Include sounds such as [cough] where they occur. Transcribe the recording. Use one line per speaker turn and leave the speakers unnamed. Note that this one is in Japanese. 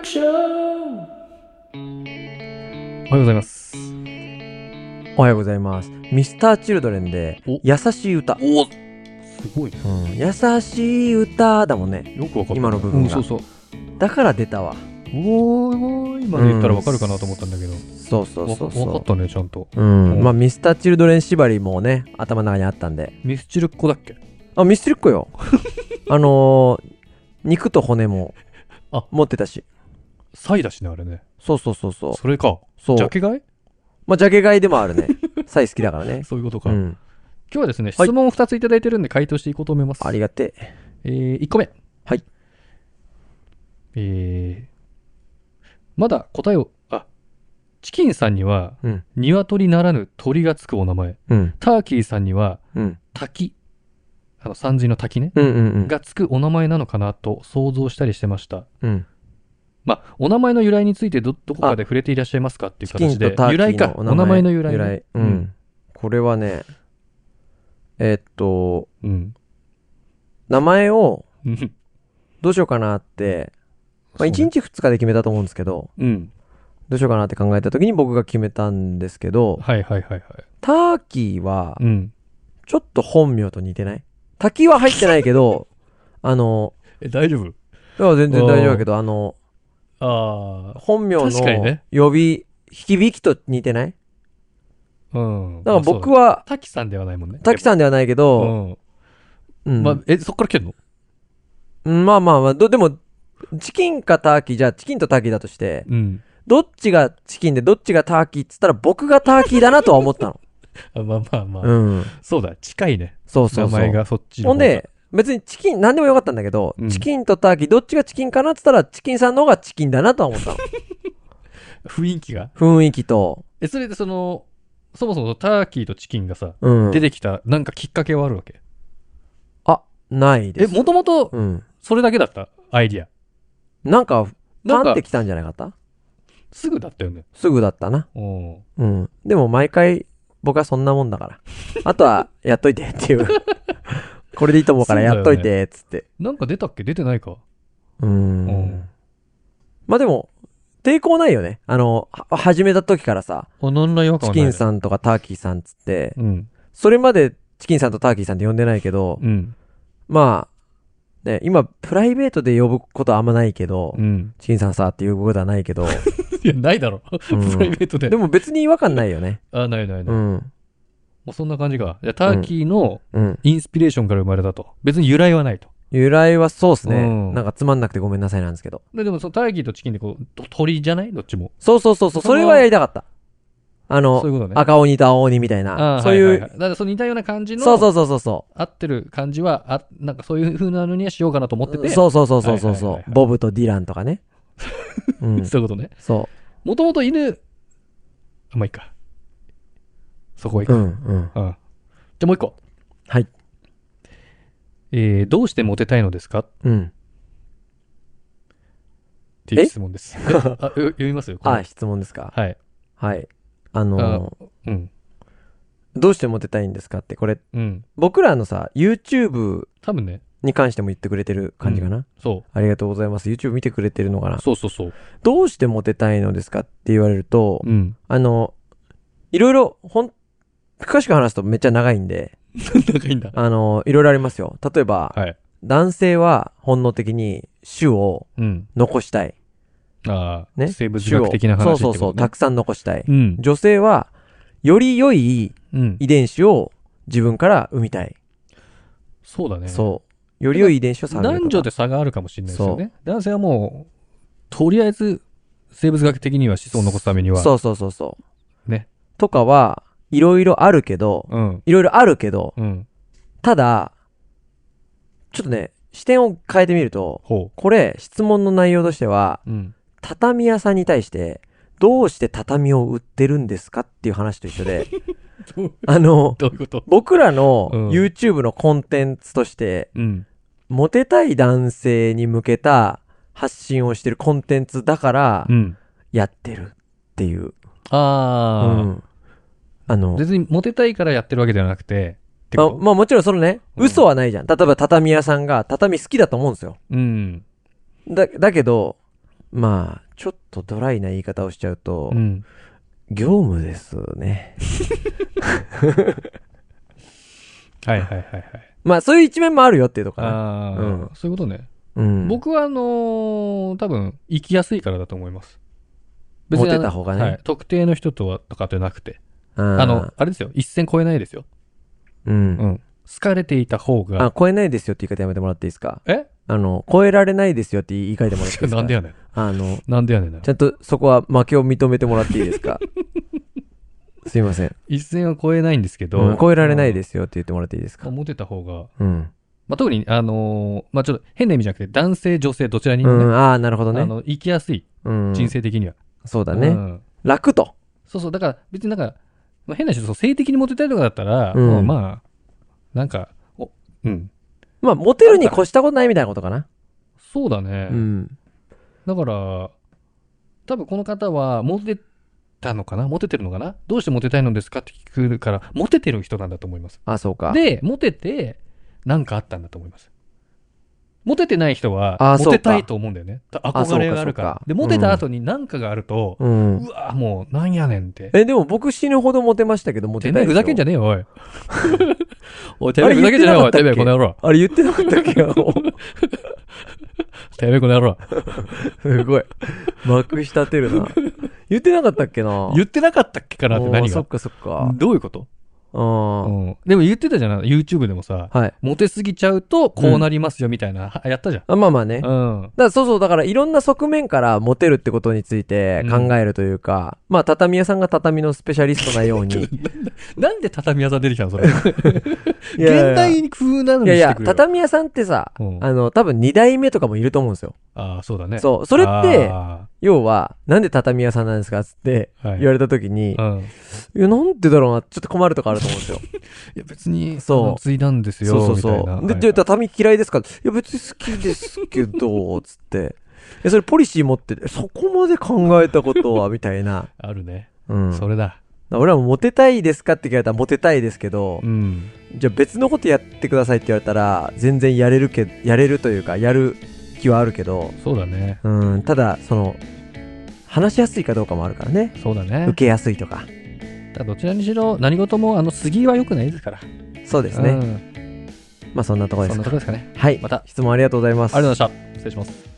クション
おはようございます。
おはようございます。ミスターチルドレンで
お、
優しい歌。
おすごいね。
うん、優しい歌だもんね。
よくわかった。
今の部分が
うん、そうそう。
だから出たわ。
おーおー、今で言ったらわかるかなと思ったんだけど。
そうそう
わ
そう
わかっ
そ
たね、ちゃんと。
う。うん、まあミスターチルドレン縛りもね、頭の中にあったんで。
ミスチルっ子だっけ
あ、ミスチルっ
[laughs]
子よ。あのー、肉と骨も
あ
持ってたし。
サイだしね、あれね。
そうそうそうそう。
それか。
そう
ジャ。ケ買い
まあ、ジャケ買いでもあるね。サイ好きだからね。
[laughs] そういうことか。
う
今
ん。
日はですね、
はい
質問を2ついただいてるんで回答していこうと思います。
ありがてえ。
えー、1個目。
はい。
えー、まだ答えを、あ、チキンさんには、
うん
鶏ならぬ鳥がつくお名前。
うん。
ターキーさんには、
うん。
滝。あの、三髄の滝ね。
うんうんうん。
がつくお名前なのかなと想像したりしてました。
うん。
まあ、お名前の由来についてど、どこかで触れていらっしゃいますかっていう
チキン
形で。
とターキーの
由来か。お名前の由来ね。
うん。これはね、えーっと、
うん。
名前を
うん。
どうしようかなって、ま
そ
あ、
う
1
ね
日2日で決めたと思うんですけど、
うん。
どうしようかなって考えた時に僕が決めたんですけど、
はいはいはいはい。
ターキーは
う、ん。
ちょっと本名と似てない滝は入ってないけど、 [laughs] あの、
え、大丈夫
いや全然大丈夫だけど、あの、
あ
本名の
確かにね
呼び、響きと似てない
あ。うん。
だから僕
は、
は、
滝さんではないもんね。
滝さんではないけ
う
ど、
ん。
うん
まあ、え、そっから来てんの
うんまあまあまあ、どでも、チキンかターキー、じゃあチキンとターキーだとして、
うん。
どっちがチキンでどっちがターキーっつったら僕がターキーだなとは思ったの。
あまあまあまあ。
うん。
[laughs] そうだ、近いね。
そうそうそう。
名前がそっちの
ほ
方
ん
が。
で、別にチキン、なんでもよかったんだけど、
うん
チキンとターキー、どっちがチキンかなっつったら、チキンさんの方がチキンだなとは
[laughs]
思ったの。
雰囲気が。
雰囲気と、
え、それでその、そもそもターキーとチキンがさ、
うん
出。てきた、なんかきっかけはあるわけ。
あ、ないで
え、
す。
もともと、
うん。
それだけだったアイディア。
なんか、
なん
パンっ
か
て、来たんじゃないかった
すぐだったよね。
すぐだったな。
うん。
うん。でも毎回、僕はそんなもんだから。あとは、やっといてっ
[laughs]
ていう。これでいいと思うから、やっといて、つって。
なんか出たっけ出てないか。
うー
うんん。
まあでも、抵抗ないよね。あの、は始めた時からさ、
あ、何ら違和
チキン
ん。
さんとかターキーさんつって、
うん。
それまでチキンさんとターキーさんって呼んでないけど、
うん。
まあ、ね、今、プライベートで呼ぶことはあんまないけど、
うん。 [laughs]
チキンさんさっていうことはないけど、
いや、ないだろ。
うん
プライベートで。
でも別に違和感ないよね。
あ、ないないない。
う
も
ん。
うそんな感じか。じゃあターキーの
うん。
インスピレーションから生まれたと。別に由来はないと。
由来はそうっすね。
うん
なんかつまんなくてごめんなさいなんですけど。
ででも、そのターキーとチキンでこう、と鳥じゃないどっちも。
そうそうそうそう、
その
それはやりたかった。あの、
そういうことね。
赤鬼と青鬼みたい
あ
な、
ー
そういう、
はははだからその似たような感じの、
そうそうそうそうそ
合ってる感じは、あなんかそういう風なのにはしようかなと思って
う。
て。
そうそうそうそうそうそう、
はいはいはいはい
ボブとディラン
[laughs]
とかね。うん、
そういうことね。
そ。
もともと犬、あ、まあ、いいか。そこはいいうか。
う
うん。
んうん。
じゃあもう一個。
はい。
えー、どうしてモテたいのですかっ
うん。
ていう
え
質問です。えあ、よ読みますよ。これ
あ、質問ですか。
はい。
はい。あのー
うん。
どうしてモテたいんですかって、これ、
うん。
僕らのさ、YouTube
多分ね、
に関しても言ってくれてる感じかな。
そ
ありがとうございます。YouTube 見てくれてるのかな
う。。そうそうそう。
どうしてモテたいのですかって言われると、 [laughs]
うん。
あの、いろいろ、ほん、詳しく話すとめっちゃ長いんで、
仲いいんだ。
あの、いろいろありますよ。例えば、
はい。
男性は本能的に種を
うん。
残したい。
ああ、
ね。
生物学的な話
種を
って
そ
こ
うそうそ
と
う、た
ね。
くさん残したい。
うん。
女性は、より良い
うん。
遺伝子を自分から産みたい。
そうだね。
そう。より良い遺伝子を探るとか。
男女で差があるかもしれないですよね。男性はもう、とりあえず、生物学的には子孫を残すためには、
そうそうそうそう。
ね。
とかは、いろいろあるけど、
うん。
いろいろあるけど、
うん。
ただ、ちょっとね、視点を変えてみると、
ほ
これ、質問の内容としては、
う。
[laughs]
うん。
畳屋さんに対して、どうして畳を売ってるんですかっていう話と一
[laughs]
緒で、
どう
あの、
どういうこと
僕らの
うん
YouTube のコンテンツとして、
うん。
モテたい男性に向けた発信をしてるコンテンツだから
う、ん。
やってるっていう。う
あ
んあ
あ。
の、
別にモテたいからやってるわけではなくて、って
まあ、
こと
まあもちろんそのね、
うん
嘘はないじゃん。例えば畳屋さんが畳好きだと思うんですよ。
うん。
だ、だけど、まあ、ちょっとドライな言い方をしちゃうと、
うん。
業務ですね。
はいはいはいはい。
まあ、そういう一面もあるよっていうとこかな。
ああ、
うん
そういうことね。
うん。
僕はあのー多分、生きやすいからだと思います。
モ
あ
テ
の
た方がね。
はい。特定の人とは、とかでなくて。
あ
あ
ー
の、、あれですよ。一線超えないですよ。
うん。
うん。好かれていた方が。
あ、超えないですよって言い方やめてもらっていいですか
え
あの、超えられないですよって言い換えてもらっていいです
[laughs]
か
なんでやねん。
あの、
なんでやねんな
ち。ゃんとそこは負けを認めてもらっていいで
[laughs]
すかすいません、
一線は超えないんですけど。。
うん超えられないですすよって言ってもらっていいですか
モテた方が。
うん。
まあ、特に、あのーまあ、ちょっと変な意味じゃなくて、男性、女性、どちらに
う
もね、
ん、ああ、なるほど
あ
ね。
の、生きやすい。
うん
人。生的には。
そうだ
う
ね。
ん
楽と。
そうそう。だから、別になんか、まあ変な人、そう性的にモテたいとかだったら、
うん
もうまあ、なんか、お、うん。
まあ、モテるに越したことないみたいなことかな。
そうだね。
うん。
だから、多分この方は、モテたのかなモテてるのかなどうしてモテたいのですかって聞くから、モテてる人なんだと思います。
あ、そうか。
で、モテて、なんかあったんだと思います。モテてない人はモ
あ、そうか
テたいと思うんだよね。た
あそ
憧
うか
れがあるから。
そうか
で、モテた後に何かがあると、
うん。
うわもう、なんやねんって。
え、でも僕死ぬほどモテましたけど、モ
て
テ
め
た
え
いで
ふ
すよ。
ざけんじゃねえよ、
[laughs]
おい。おい、て
あ
めえ
れ
ふざけんじゃねえよ、おい、てめ
言
え
って
こ
な
の野郎。
あれ言ってなかったっけ
[laughs] てめえこの野郎。
すごい。まくし立てるな。言ってなかったっけな。
言ってなかったっけかなって
お
何
ーそっ
が。
かそっか。
どういうこと
うん。
うん。でも言ってたじゃない ?YouTube でもさ、
はい。
モテすぎちゃうとこうなりますよみたいな、はやったじゃん。
あまあまあね。だか
うん。
らそうそう、だからいろんな側面からモテるってことについて考えるというか、まあ畳屋さんが畳のスペシャリストなよ
[laughs]
うに。
なんで畳屋さん出てきたのそれ。現
いやいやいや
代風なのに
いやい
して
や、
くれよ。
畳屋さんってさ、
うん
あの、多分2代目とかもいると思うんですよ。
ああ、そうだね。
そうそれって
あ
要は、なんで畳屋さんなんですかつって
ーはい
言われた時に、
うん。い
いや、なんでだろうな、ちょっと困るとこあると思うん
[laughs]
ですよ。
や、別に、
そう
そう。ついなんですよ。
そうそう
みたい
そ
な
う。で、
はい
で、畳嫌いですかいや、別に好きですけど、つって。え、それポリシー持ってて、そこまで考えたことは、みたいな。
あるね。
うん。
それだ。
俺はもうモテたいですかって聞かれたらモテたいですけど
う、ん。
じゃあ別のことやってくださいって言われたら、全然やれるけ、やれるというか、やる気はあるけど、
そうだね。
うん、ただ、その、話しやすいかどうかもあるからね。
そうだね
受。けやすいとか。
ただどちらにしろ、何事も、あの、杉は良くないですから。
そうですね。
うん
まあそんなところで
そん
す
なとこ
か。
ですかね。
はい。
また、あり
質問ありがとうございます。
がとうございました。失礼します。